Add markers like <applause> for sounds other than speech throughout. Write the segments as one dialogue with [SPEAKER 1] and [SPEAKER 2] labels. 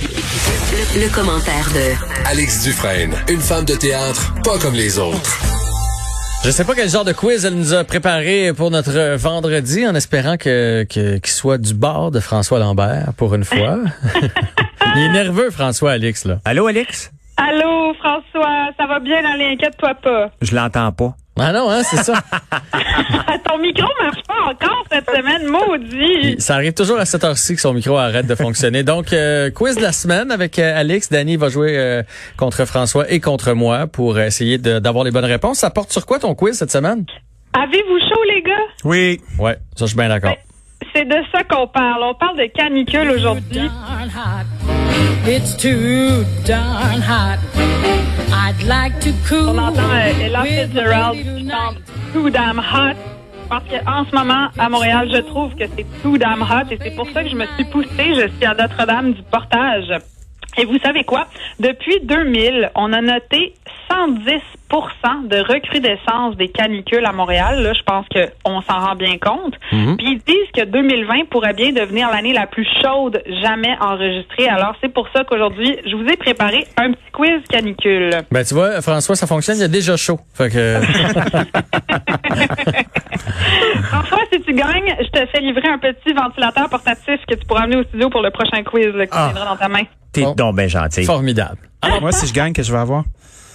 [SPEAKER 1] Le, le commentaire de
[SPEAKER 2] Alex Dufresne, une femme de théâtre pas comme les autres.
[SPEAKER 3] Je sais pas quel genre de quiz elle nous a préparé pour notre vendredi en espérant que que- qu'il soit du bord de François Lambert pour une fois. Il est nerveux François Alix là.
[SPEAKER 4] Allô, Alex?
[SPEAKER 5] Allô, François, ça va bien, allez, inquiète-toi pas.
[SPEAKER 4] Je l'entends pas.
[SPEAKER 3] Ah non hein, c'est ça.
[SPEAKER 5] Ah, Ton micro marche pas encore cette semaine, maudit.
[SPEAKER 3] Ça arrive toujours à cette heure-ci que son micro arrête de fonctionner. Donc euh, quiz de la semaine avec euh, Alix, Danny va jouer euh, contre François et contre moi pour essayer de- d'avoir les bonnes réponses. Ça porte sur quoi ton quiz cette semaine
[SPEAKER 5] Avez-vous chaud, les gars?
[SPEAKER 4] Oui.
[SPEAKER 3] Ouais, ça je suis bien d'accord.
[SPEAKER 5] C'est de ça qu'on parle. On parle de canicule aujourd'hui.
[SPEAKER 6] darn hot. It's too darn hot. I'd like to cool.
[SPEAKER 5] On entend euh, Ella
[SPEAKER 6] with the
[SPEAKER 5] Fitzgerald
[SPEAKER 6] lady
[SPEAKER 5] qui
[SPEAKER 6] tonight.
[SPEAKER 5] chante Too Damn Hot. Parce qu'en ce moment, à Montréal, je trouve que c'est Too Damn Hot et c'est pour ça que je me suis poussée jusqu'à Notre-Dame du Portage. Et vous savez quoi? Depuis 2000, on a noté 110 de recrudescence des canicules à Montréal. Là, je pense qu'on s'en rend bien compte. Puis ils disent que 2020 pourrait bien devenir l'année la plus chaude jamais enregistrée. Alors, c'est pour ça qu'aujourd'hui, je vous ai préparé un petit quiz canicule.
[SPEAKER 3] Ben tu vois François ça fonctionne, il y a déjà chaud. Fait que
[SPEAKER 5] François, si tu gagnes, je te fais livrer un petit ventilateur portatif que tu pourras amener au studio pour le prochain quiz là, que tu
[SPEAKER 4] Ah.
[SPEAKER 5] tiendras dans ta main.
[SPEAKER 4] T'es
[SPEAKER 3] Bon.
[SPEAKER 4] donc bien gentil.
[SPEAKER 3] formidable.
[SPEAKER 7] Moi, si je gagne, que je vais avoir?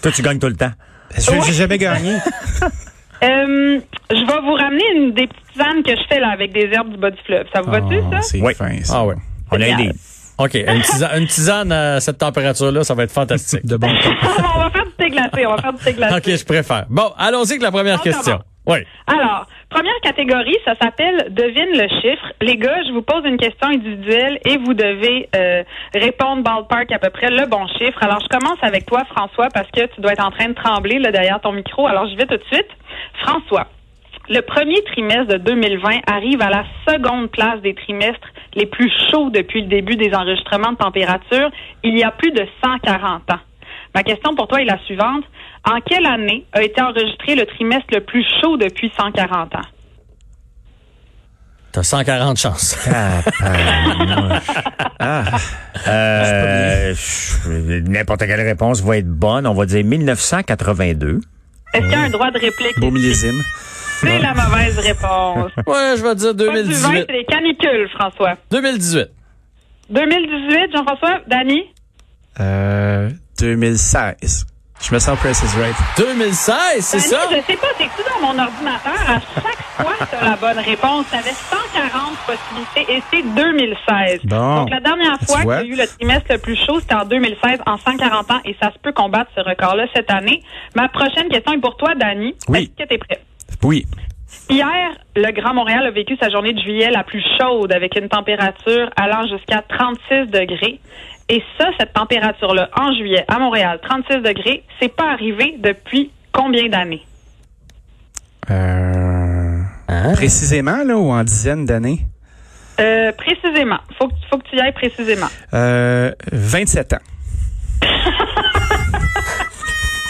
[SPEAKER 4] Toi, tu gagnes tout le temps.
[SPEAKER 7] Je n'ai jamais gagné.
[SPEAKER 5] Euh, je vais vous ramener une des petites tisanes que je fais là avec des herbes du bas du fleuve. Ça vous va-tu,
[SPEAKER 7] Ah,
[SPEAKER 5] ça?
[SPEAKER 7] c'est
[SPEAKER 4] Oui.
[SPEAKER 7] fin, ça.
[SPEAKER 3] Ah ouais.
[SPEAKER 4] On a aidé.
[SPEAKER 3] OK, une tisane, une tisane à cette température-là, ça va être <laughs> fantastique.
[SPEAKER 7] De bon temps.
[SPEAKER 5] <laughs> on va faire du thé glacé, on va faire du thé glacé.
[SPEAKER 3] OK, je préfère. Bon, allons-y avec la première
[SPEAKER 5] On
[SPEAKER 3] question.
[SPEAKER 5] commence.
[SPEAKER 3] Oui.
[SPEAKER 5] Alors, première catégorie, ça s'appelle Devine le chiffre. Les gars, je vous pose une question individuelle et vous devez euh, répondre ballpark à peu près le bon chiffre. Alors, je commence avec toi, François, parce que tu dois être en train de trembler là, derrière ton micro. Alors, je vais tout de suite. François, le premier trimestre de 2020 arrive à la seconde place des trimestres les plus chauds depuis le début des enregistrements de température il y a plus de 140 ans. Ma question pour toi est la suivante. En quelle année a été enregistré le trimestre le plus chaud depuis 140 ans?
[SPEAKER 3] T'as 140 <laughs> chances.
[SPEAKER 4] Ah, ah, ah. Euh, je- N'importe quelle réponse va être bonne. On va dire 1982.
[SPEAKER 5] Est-ce qu'il y a un droit de réplique?
[SPEAKER 7] Beau Ah. millésime.
[SPEAKER 5] C'est la mauvaise réponse.
[SPEAKER 3] Ouais, je vais dire
[SPEAKER 5] Pas du vin,
[SPEAKER 3] 2018.
[SPEAKER 5] c'est des canicules, François.
[SPEAKER 3] 2018.
[SPEAKER 5] 2018, Jean-François, Dani?
[SPEAKER 7] Euh, 2016. Je me sens Price is Right.
[SPEAKER 3] 2016, c'est
[SPEAKER 5] Dani,
[SPEAKER 3] ça?
[SPEAKER 5] je sais pas, c'est que dans mon ordinateur, à chaque fois que t'as la bonne réponse, t'avais 140 possibilités et c'est 2016.
[SPEAKER 7] Bon.
[SPEAKER 5] Donc, la dernière
[SPEAKER 7] Tu
[SPEAKER 5] fois qu'il y
[SPEAKER 7] vois?
[SPEAKER 5] a eu le trimestre le plus chaud, c'était en 2016, en 140 ans, et ça se peut combattre ce record-là cette année. Ma prochaine question est pour toi, Dani.
[SPEAKER 7] Oui.
[SPEAKER 5] Est-ce que t'es prêt?
[SPEAKER 7] Oui.
[SPEAKER 5] Hier, le Grand Montréal a vécu sa journée de juillet la plus chaude avec une température allant jusqu'à 36 degrés. Et ça, cette température-là, en juillet, à Montréal, 36 degrés, c'est pas arrivé depuis combien d'années?
[SPEAKER 7] Euh,
[SPEAKER 3] Hein?
[SPEAKER 7] Précisément, là, ou en dizaines d'années?
[SPEAKER 5] Euh, précisément. Faut que, faut que tu y ailles précisément.
[SPEAKER 7] Euh, 27 ans.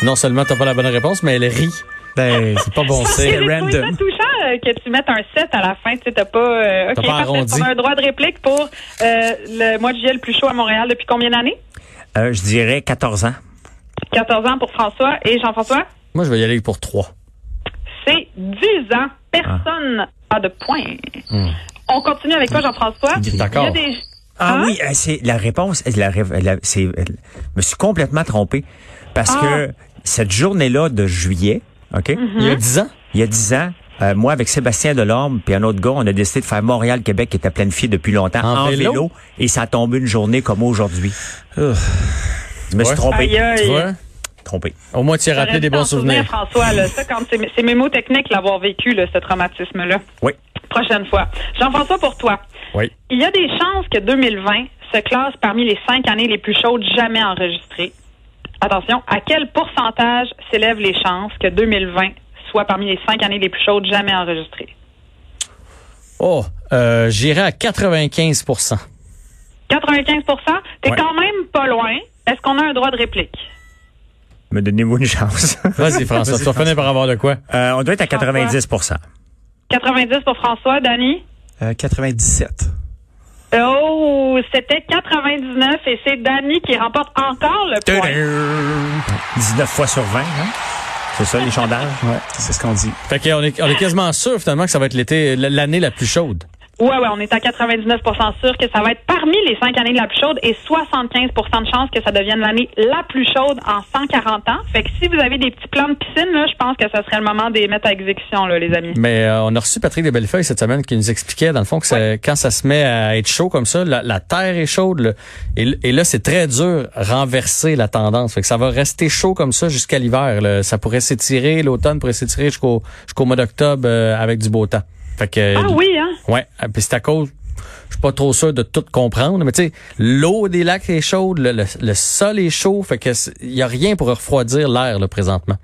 [SPEAKER 3] Non seulement t'as pas la bonne réponse, mais elle rit.
[SPEAKER 7] Ben,
[SPEAKER 3] C'est pas bon
[SPEAKER 5] Et
[SPEAKER 3] signe.
[SPEAKER 5] j'ai trouvé ça
[SPEAKER 7] random.
[SPEAKER 5] touchant euh, que tu mettes un 7 à la fin. Tu sais, t'as pas. euh,
[SPEAKER 3] T'as
[SPEAKER 5] OK,
[SPEAKER 3] pas
[SPEAKER 5] parfait.
[SPEAKER 3] arrondi.
[SPEAKER 5] On a un droit de réplique pour euh, le mois de juillet le plus chaud à Montréal depuis combien d'années?
[SPEAKER 4] Euh, je dirais 14 ans.
[SPEAKER 5] 14 ans pour François et Jean-François?
[SPEAKER 3] Moi, je vais y aller pour 3.
[SPEAKER 5] c'est 10 ans. Personne
[SPEAKER 3] Ah.
[SPEAKER 5] n'a de point. On continue avec toi, Jean-François.
[SPEAKER 3] Hmm. D'accord.
[SPEAKER 5] Il y a des-
[SPEAKER 4] Ah
[SPEAKER 5] Hein?
[SPEAKER 4] oui, euh, c'est la réponse. La, ré- la- c'est, euh, me suis complètement trompé parce
[SPEAKER 5] Ah.
[SPEAKER 4] que cette journée-là de juillet, ok,
[SPEAKER 3] Il
[SPEAKER 5] Mmh.
[SPEAKER 3] y a 10 ans?
[SPEAKER 4] il y a 10 ans. euh, moi, avec Sébastien Delorme puis un autre gars, on a décidé de faire Montréal-Québec qui était planifié depuis longtemps
[SPEAKER 3] En
[SPEAKER 4] en,
[SPEAKER 3] vélo.
[SPEAKER 4] vélo. et ça a tombé une journée comme aujourd'hui. Je me suis
[SPEAKER 3] Ouais.
[SPEAKER 4] trompé.
[SPEAKER 5] Aïe, aïe.
[SPEAKER 3] Tu vois?
[SPEAKER 4] Trompé.
[SPEAKER 3] Au moins, tu as rappelé
[SPEAKER 5] J'aurais
[SPEAKER 3] des
[SPEAKER 5] dû t'en
[SPEAKER 3] bons souvenirs.
[SPEAKER 5] souvenir, François, là. ça, quand c'est, c'est mémotechnique l'avoir vécu, là, ce traumatisme-là.
[SPEAKER 4] Oui.
[SPEAKER 5] Prochaine fois. Jean-François, pour toi,
[SPEAKER 3] Oui.
[SPEAKER 5] il y a des chances que 2020 se classe parmi les cinq années les plus chaudes jamais enregistrées. Attention, à quel pourcentage s'élèvent les chances que 2020 soit parmi les cinq années les plus chaudes jamais enregistrées?
[SPEAKER 3] Oh, euh, j'irai à 95
[SPEAKER 5] 95 T'es
[SPEAKER 4] Ouais.
[SPEAKER 5] quand même pas loin. Est-ce qu'on a un droit de réplique?
[SPEAKER 4] Me donnez-vous une chance. <laughs>
[SPEAKER 3] <laughs> Vas-y, François, tu vas finir par avoir de quoi?
[SPEAKER 4] Euh, on doit être à 90
[SPEAKER 5] 90
[SPEAKER 4] pour
[SPEAKER 5] 90 pour François, Dani.
[SPEAKER 7] Euh, 97.
[SPEAKER 5] Oh, c'était 99 et c'est Danny qui remporte encore le point.
[SPEAKER 4] 19 fois sur 20, hein? C'est ça, les sondages?
[SPEAKER 7] Ouais, c'est ce qu'on dit.
[SPEAKER 3] Fait qu'on est, on est quasiment sûr finalement que ça va être l'été, l'année la plus chaude.
[SPEAKER 5] Ouais, ouais, on est à 99 sûr que ça va être parmi les cinq années la plus chaude et 75 de chances que ça devienne l'année la plus chaude en 140 ans. Fait que si vous avez des petits plans de piscine, là, je pense que ce serait le moment de les mettre à exécution, là, les amis.
[SPEAKER 3] Mais euh, on a reçu Patrick Desbellefeuilles cette semaine qui nous expliquait, dans le fond, que ça- quand ça se met à être chaud comme ça, la, la terre est chaude. là. et, l- et là, c'est très dur renverser la tendance. Fait que ça va rester chaud comme ça jusqu'à l'hiver. là. Ça pourrait s'étirer, l'automne pourrait s'étirer jusqu'au jusqu'au mois d'octobre euh, avec du beau temps. Fait que,
[SPEAKER 5] Ah oui, hein?
[SPEAKER 3] Ouais, euh, puis c'est à cause. Je suis pas trop sûr de tout comprendre, mais tu sais, l'eau des lacs est chaude, le, le- le sol est chaud, fait que c'est- y a rien pour refroidi l'air là présentement.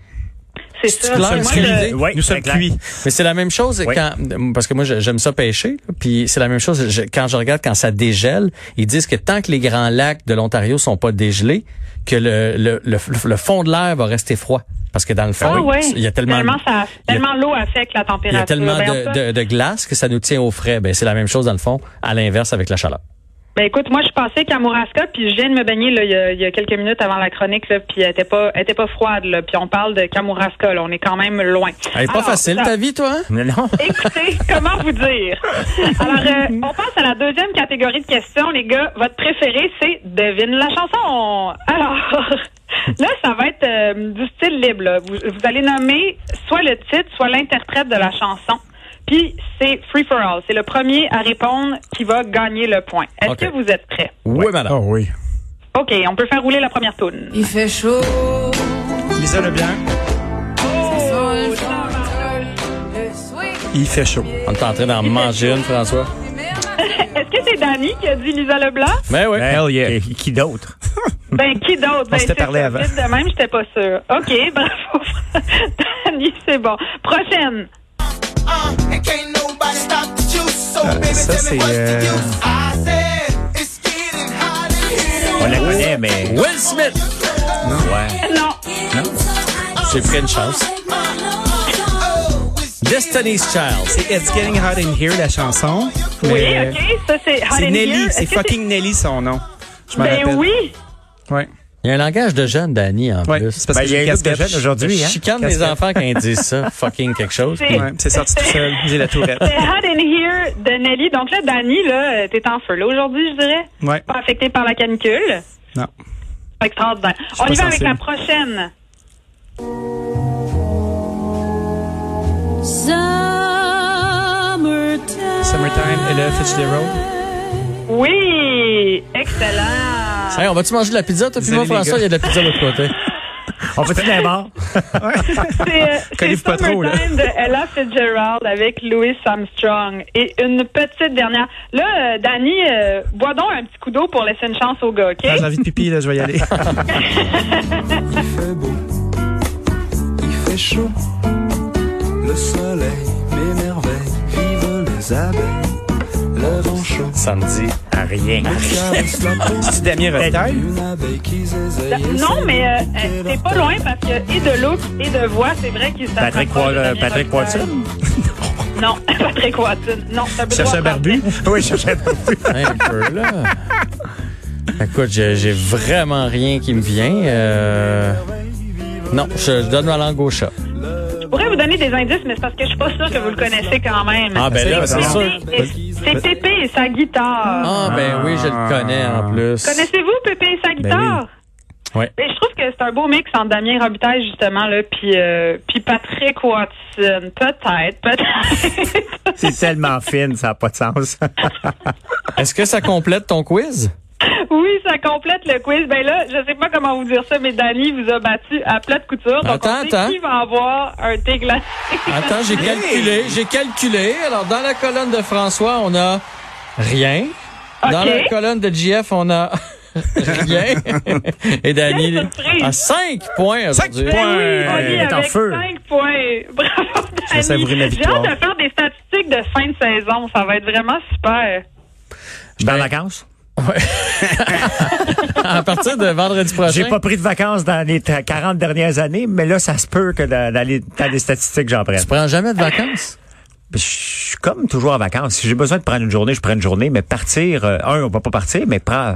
[SPEAKER 5] C'est
[SPEAKER 3] C'est
[SPEAKER 5] ça.
[SPEAKER 3] clair,
[SPEAKER 5] Moi,
[SPEAKER 3] c'est
[SPEAKER 5] le-
[SPEAKER 3] l'idée.
[SPEAKER 4] Oui,
[SPEAKER 7] Nous sommes
[SPEAKER 4] c'est clair.
[SPEAKER 7] cuits.
[SPEAKER 3] Mais c'est la même chose
[SPEAKER 4] Oui.
[SPEAKER 3] quand parce que moi je- j'aime ça pêcher, là, puis c'est la même chose je- quand je regarde quand ça dégèle, ils disent que tant que les grands lacs de l'Ontario sont pas dégelés, que le le, le, le fond de l'air va rester froid parce que dans le fond,
[SPEAKER 5] Ah ouais.
[SPEAKER 3] il y a tellement
[SPEAKER 5] ça-
[SPEAKER 3] il y a-
[SPEAKER 5] tellement l'eau affecte la température.
[SPEAKER 3] il y a tellement
[SPEAKER 5] Ben, en tout cas,
[SPEAKER 3] de, de, de glace que ça nous tient au frais. Ben, c'est la même chose dans le fond, à l'inverse avec la chaleur.
[SPEAKER 5] Ben écoute, moi je suis passée qu'à Mouraska, puis je viens de me baigner là, il, y a, il y a quelques minutes avant la chronique, là, puis elle était pas, elle était pas froide, là, puis on parle de Kamouraska, là, on est quand même loin.
[SPEAKER 3] Elle est pas
[SPEAKER 5] Alors,
[SPEAKER 3] facile
[SPEAKER 5] Ah, ça-
[SPEAKER 3] ta vie, toi. hein?
[SPEAKER 4] Non, non.
[SPEAKER 5] Écoutez, comment vous dire? Alors, euh, on passe à la deuxième catégorie de questions, les gars. Votre préféré, c'est devine la chanson. Alors, là, ça va être euh, du style libre. là. Vous, vous allez nommer soit le titre, soit l'interprète de la chanson. Puis, c'est free for all. C'est le premier à répondre qui va gagner le point. Est-ce
[SPEAKER 3] Ok.
[SPEAKER 5] que vous êtes prêts?
[SPEAKER 3] Ah Oui, madame.
[SPEAKER 7] Oh oui.
[SPEAKER 5] OK, on peut faire rouler la première toune.
[SPEAKER 6] Il fait chaud.
[SPEAKER 7] Lisa Leblanc, il fait chaud.
[SPEAKER 3] On est en train d'en manger une, François.
[SPEAKER 5] Est-ce que c'est Dani qui a dit Lisa Leblanc?
[SPEAKER 3] Mais Ben oui.
[SPEAKER 4] Hell yeah. Et qui d'autre?
[SPEAKER 5] Ben, qui d'autre?
[SPEAKER 7] On
[SPEAKER 5] Ben,
[SPEAKER 7] s'était
[SPEAKER 5] c'est
[SPEAKER 7] parlé
[SPEAKER 5] ça,
[SPEAKER 7] avant.
[SPEAKER 5] vite de même, j'étais pas sûre. OK, <laughs> bravo. Dani, c'est bon. Prochaine.
[SPEAKER 7] ça, c'est, euh,
[SPEAKER 4] On la connaît, mais.
[SPEAKER 3] Will Smith.
[SPEAKER 4] Ouais.
[SPEAKER 5] Non.
[SPEAKER 3] J'ai pris une chance. Destiny's Child.
[SPEAKER 7] C'est It's Getting Hot in Here, la chanson.
[SPEAKER 5] Oui,
[SPEAKER 7] Mais,
[SPEAKER 5] OK. Ça, c'est Hot
[SPEAKER 7] euh, C'est
[SPEAKER 5] in Here.
[SPEAKER 7] Nelly,
[SPEAKER 5] Est-ce
[SPEAKER 7] c'est
[SPEAKER 5] que
[SPEAKER 7] fucking Nelly son nom. Je m'en
[SPEAKER 5] Ben
[SPEAKER 7] rappelle.
[SPEAKER 5] oui.
[SPEAKER 7] Ouais.
[SPEAKER 3] Il y a un langage de jeune, Danny, en
[SPEAKER 7] Ouais.
[SPEAKER 3] plus.
[SPEAKER 7] C'est parce
[SPEAKER 4] Ben,
[SPEAKER 7] que
[SPEAKER 4] il y a
[SPEAKER 7] j'ai
[SPEAKER 4] un
[SPEAKER 7] une
[SPEAKER 4] groupe de
[SPEAKER 7] casquette.
[SPEAKER 4] jeunes aujourd'hui,
[SPEAKER 3] Je
[SPEAKER 4] hein?
[SPEAKER 3] chicane mes
[SPEAKER 7] Casquette.
[SPEAKER 3] enfants quand ils disent
[SPEAKER 7] <laughs>
[SPEAKER 3] ça. Fucking quelque chose.
[SPEAKER 5] C'est-
[SPEAKER 7] Ouais, c'est sorti tout seul. J'ai la tourette.
[SPEAKER 5] <laughs> C'est Hot in Here de Nelly. Donc là, Dani, là, euh, t'es en feu là aujourd'hui, je dirais.
[SPEAKER 7] Ouais.
[SPEAKER 5] Pas affecté par la canicule.
[SPEAKER 7] Non.
[SPEAKER 5] Pas Extraordinaire.
[SPEAKER 7] suis
[SPEAKER 5] On y
[SPEAKER 7] pas
[SPEAKER 5] va avec
[SPEAKER 7] sensible.
[SPEAKER 5] la prochaine.
[SPEAKER 7] Summertime, Ella Fitzgerald.
[SPEAKER 5] Oui. Excellent.
[SPEAKER 3] Hey, on va-tu manger de la pizza, toi, puis moi,
[SPEAKER 7] Désolé, les
[SPEAKER 3] François?
[SPEAKER 7] gars.
[SPEAKER 3] Il y a de la pizza de l'autre
[SPEAKER 7] <laughs>
[SPEAKER 3] côté.
[SPEAKER 4] On fait tout d'abord.
[SPEAKER 5] C'est euh, c'est
[SPEAKER 7] Connais-vous pas trop, là.
[SPEAKER 5] Summertime de Ella Fitzgerald avec Louis Armstrong. Et une petite dernière. Là, euh, Dani, euh, bois donc un petit coup d'eau pour laisser une chance au gars, OK?
[SPEAKER 7] Ah, J'ai envie de pipi, là, je vais y aller.
[SPEAKER 8] fait chaud. Le soleil m'émerveille, vive les abeilles, le vent chaud.
[SPEAKER 3] Samedi.
[SPEAKER 4] Ah, rien.
[SPEAKER 8] caresse la peau.
[SPEAKER 7] <laughs> C'est Damien Retail.
[SPEAKER 8] Une abeille qui zézaille. et
[SPEAKER 5] Non,
[SPEAKER 8] c'est
[SPEAKER 5] mais euh,
[SPEAKER 8] lui qui
[SPEAKER 5] euh,
[SPEAKER 8] la
[SPEAKER 5] c'est pas loin parce que et de look et de voix, c'est vrai qu'il s'approche
[SPEAKER 4] Patrick,
[SPEAKER 5] pas de
[SPEAKER 4] Poil- euh,
[SPEAKER 5] Damien
[SPEAKER 4] Patrick
[SPEAKER 5] Boxer.
[SPEAKER 4] Poitine?
[SPEAKER 5] Non, <laughs> Patrick Watson. Non, ça peut
[SPEAKER 7] Cherche un barbu.
[SPEAKER 4] <laughs> Oui, je cherchais pas.
[SPEAKER 3] Un peu, là. Écoute, j'ai j'ai vraiment rien qui me vient. euh, Non, je, je donne ma langue au chat.
[SPEAKER 5] Je pourrais vous donner des indices, mais c'est parce que je suis pas sûre que vous le connaissez quand même.
[SPEAKER 3] Ah, ben là, c'est
[SPEAKER 7] Essaye,
[SPEAKER 3] sûr.
[SPEAKER 5] Et- C'est Pépé et sa guitare.
[SPEAKER 3] Ah, ben oui, je le connais, en plus.
[SPEAKER 5] Connaissez-vous Pépé et sa guitare?
[SPEAKER 3] Ben oui. Ouais.
[SPEAKER 5] Et je trouve que c'est un beau mix entre Damien Robitaille, justement, là, puis, euh, puis Patrick Watson. Peut-être, peut-être. <laughs>
[SPEAKER 4] C'est tellement fine, ça n'a pas de sens.
[SPEAKER 3] Est-ce que ça complète ton quiz?
[SPEAKER 5] Oui, ça complète le quiz. Ben là, je sais pas comment vous dire ça, mais Dani vous a battu à plat de couture. Donc
[SPEAKER 3] Attends,
[SPEAKER 5] on sait
[SPEAKER 3] attends.
[SPEAKER 5] qui va avoir un thé glacé.
[SPEAKER 3] Attends, j'ai calculé, j'ai calculé. Alors, dans la colonne de François, on a rien. Dans
[SPEAKER 5] OK.
[SPEAKER 3] la colonne de JF, on a <laughs> rien. Et Dani
[SPEAKER 5] Quelle surprise.
[SPEAKER 3] à 5 points aujourd'hui.
[SPEAKER 5] Ben
[SPEAKER 3] Euh,
[SPEAKER 5] oui, on
[SPEAKER 4] Elle
[SPEAKER 5] est
[SPEAKER 4] est en
[SPEAKER 5] avec
[SPEAKER 4] feu.
[SPEAKER 5] 5 points. <laughs> Bravo,
[SPEAKER 7] vais savourer ma
[SPEAKER 5] Dani. J'ai
[SPEAKER 7] victoire.
[SPEAKER 5] hâte de faire des statistiques de fin de saison. Ça va être vraiment super.
[SPEAKER 4] Je suis en vacances.
[SPEAKER 3] À partir de vendredi
[SPEAKER 4] J'ai
[SPEAKER 3] prochain.
[SPEAKER 4] pas pris de vacances dans les t- 40 dernières années, mais là, ça se peut que dans, dans les, dans les statistiques, j'en prenne.
[SPEAKER 3] Tu prends jamais de vacances?
[SPEAKER 4] je suis comme toujours en vacances. Si j'ai besoin de prendre une journée, je prends une journée, mais partir, euh, un, on va pas partir, mais prends,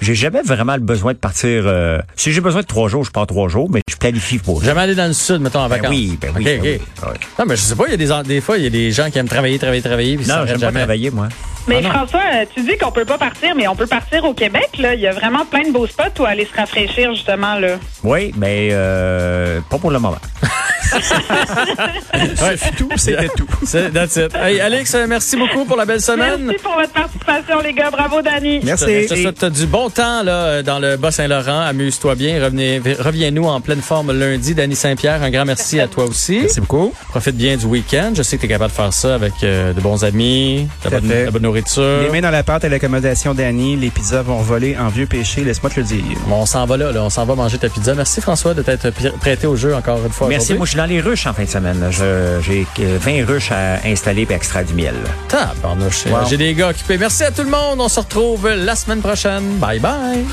[SPEAKER 4] j'ai jamais vraiment le besoin de partir. euh, si j'ai besoin de trois jours, je pars trois jours, mais je planifie pas.
[SPEAKER 3] Jamais aller dans le sud, mettons, en
[SPEAKER 4] Ben
[SPEAKER 3] vacances.
[SPEAKER 4] oui, ben oui,
[SPEAKER 3] OK,
[SPEAKER 4] ben
[SPEAKER 3] OK.
[SPEAKER 4] oui, ouais.
[SPEAKER 3] Non, mais je sais pas, il y a des, en- des fois, il y a des gens qui aiment travailler, travailler, travailler, puis ça
[SPEAKER 4] Non,
[SPEAKER 3] s'arrêtent
[SPEAKER 4] j'aime pas
[SPEAKER 3] jamais.
[SPEAKER 4] travailler, moi.
[SPEAKER 5] Mais
[SPEAKER 3] Ah non.
[SPEAKER 5] François, euh, tu dis qu'on peut pas partir, mais on peut partir au Québec, là. Il y a vraiment plein de beaux spots où aller se rafraîchir, justement, là.
[SPEAKER 4] Oui, mais euh, pas pour le moment.
[SPEAKER 7] C'est tout, c'était tout.
[SPEAKER 3] <laughs> C'est- That's it. Hey, Alex, euh, merci beaucoup pour la belle semaine.
[SPEAKER 5] Merci pour votre participation, les gars. Bravo, Dani.
[SPEAKER 3] Je te souhaite du bon temps là, euh, dans le Bas-Saint-Laurent. Amuse-toi bien. Revenez- Reviens-nous en pleine forme lundi. Danny Saint-Pierre, un grand merci à toi aussi.
[SPEAKER 7] Merci beaucoup.
[SPEAKER 3] Profite bien du week-end. Je sais que tu es capable de faire ça avec euh, de bons amis, de
[SPEAKER 7] Tout à
[SPEAKER 3] bonne,
[SPEAKER 7] fait.
[SPEAKER 3] de bonne nourriture.
[SPEAKER 7] Les mains dans la pâte à l'accommodation d'Annie, les pizzas vont voler en vieux péché, laisse-moi te le dire.
[SPEAKER 3] Bon, on s'en va là, là. on s'en va manger ta pizza. Merci François de t'être pr- prêté au jeu encore une fois.
[SPEAKER 4] Merci, moi
[SPEAKER 3] aujourd'hui.
[SPEAKER 4] je suis dans les ruches en fin de semaine. là. Je- J'ai euh, 20 ruches à installer et extraire du miel.
[SPEAKER 3] Tabarnouche.
[SPEAKER 4] Wow.
[SPEAKER 3] J'ai des gars occupés. Merci à tout le monde. On se retrouve la semaine prochaine. Bye bye.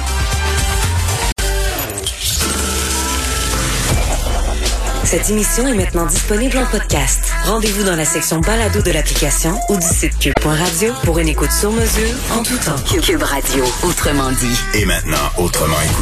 [SPEAKER 1] Cette émission est maintenant disponible en podcast. Rendez-vous dans la section balado de l'application ou du site cube.radio pour une écoute sur mesure en tout temps. Cube Radio, autrement dit.
[SPEAKER 9] Et maintenant, autrement écouté.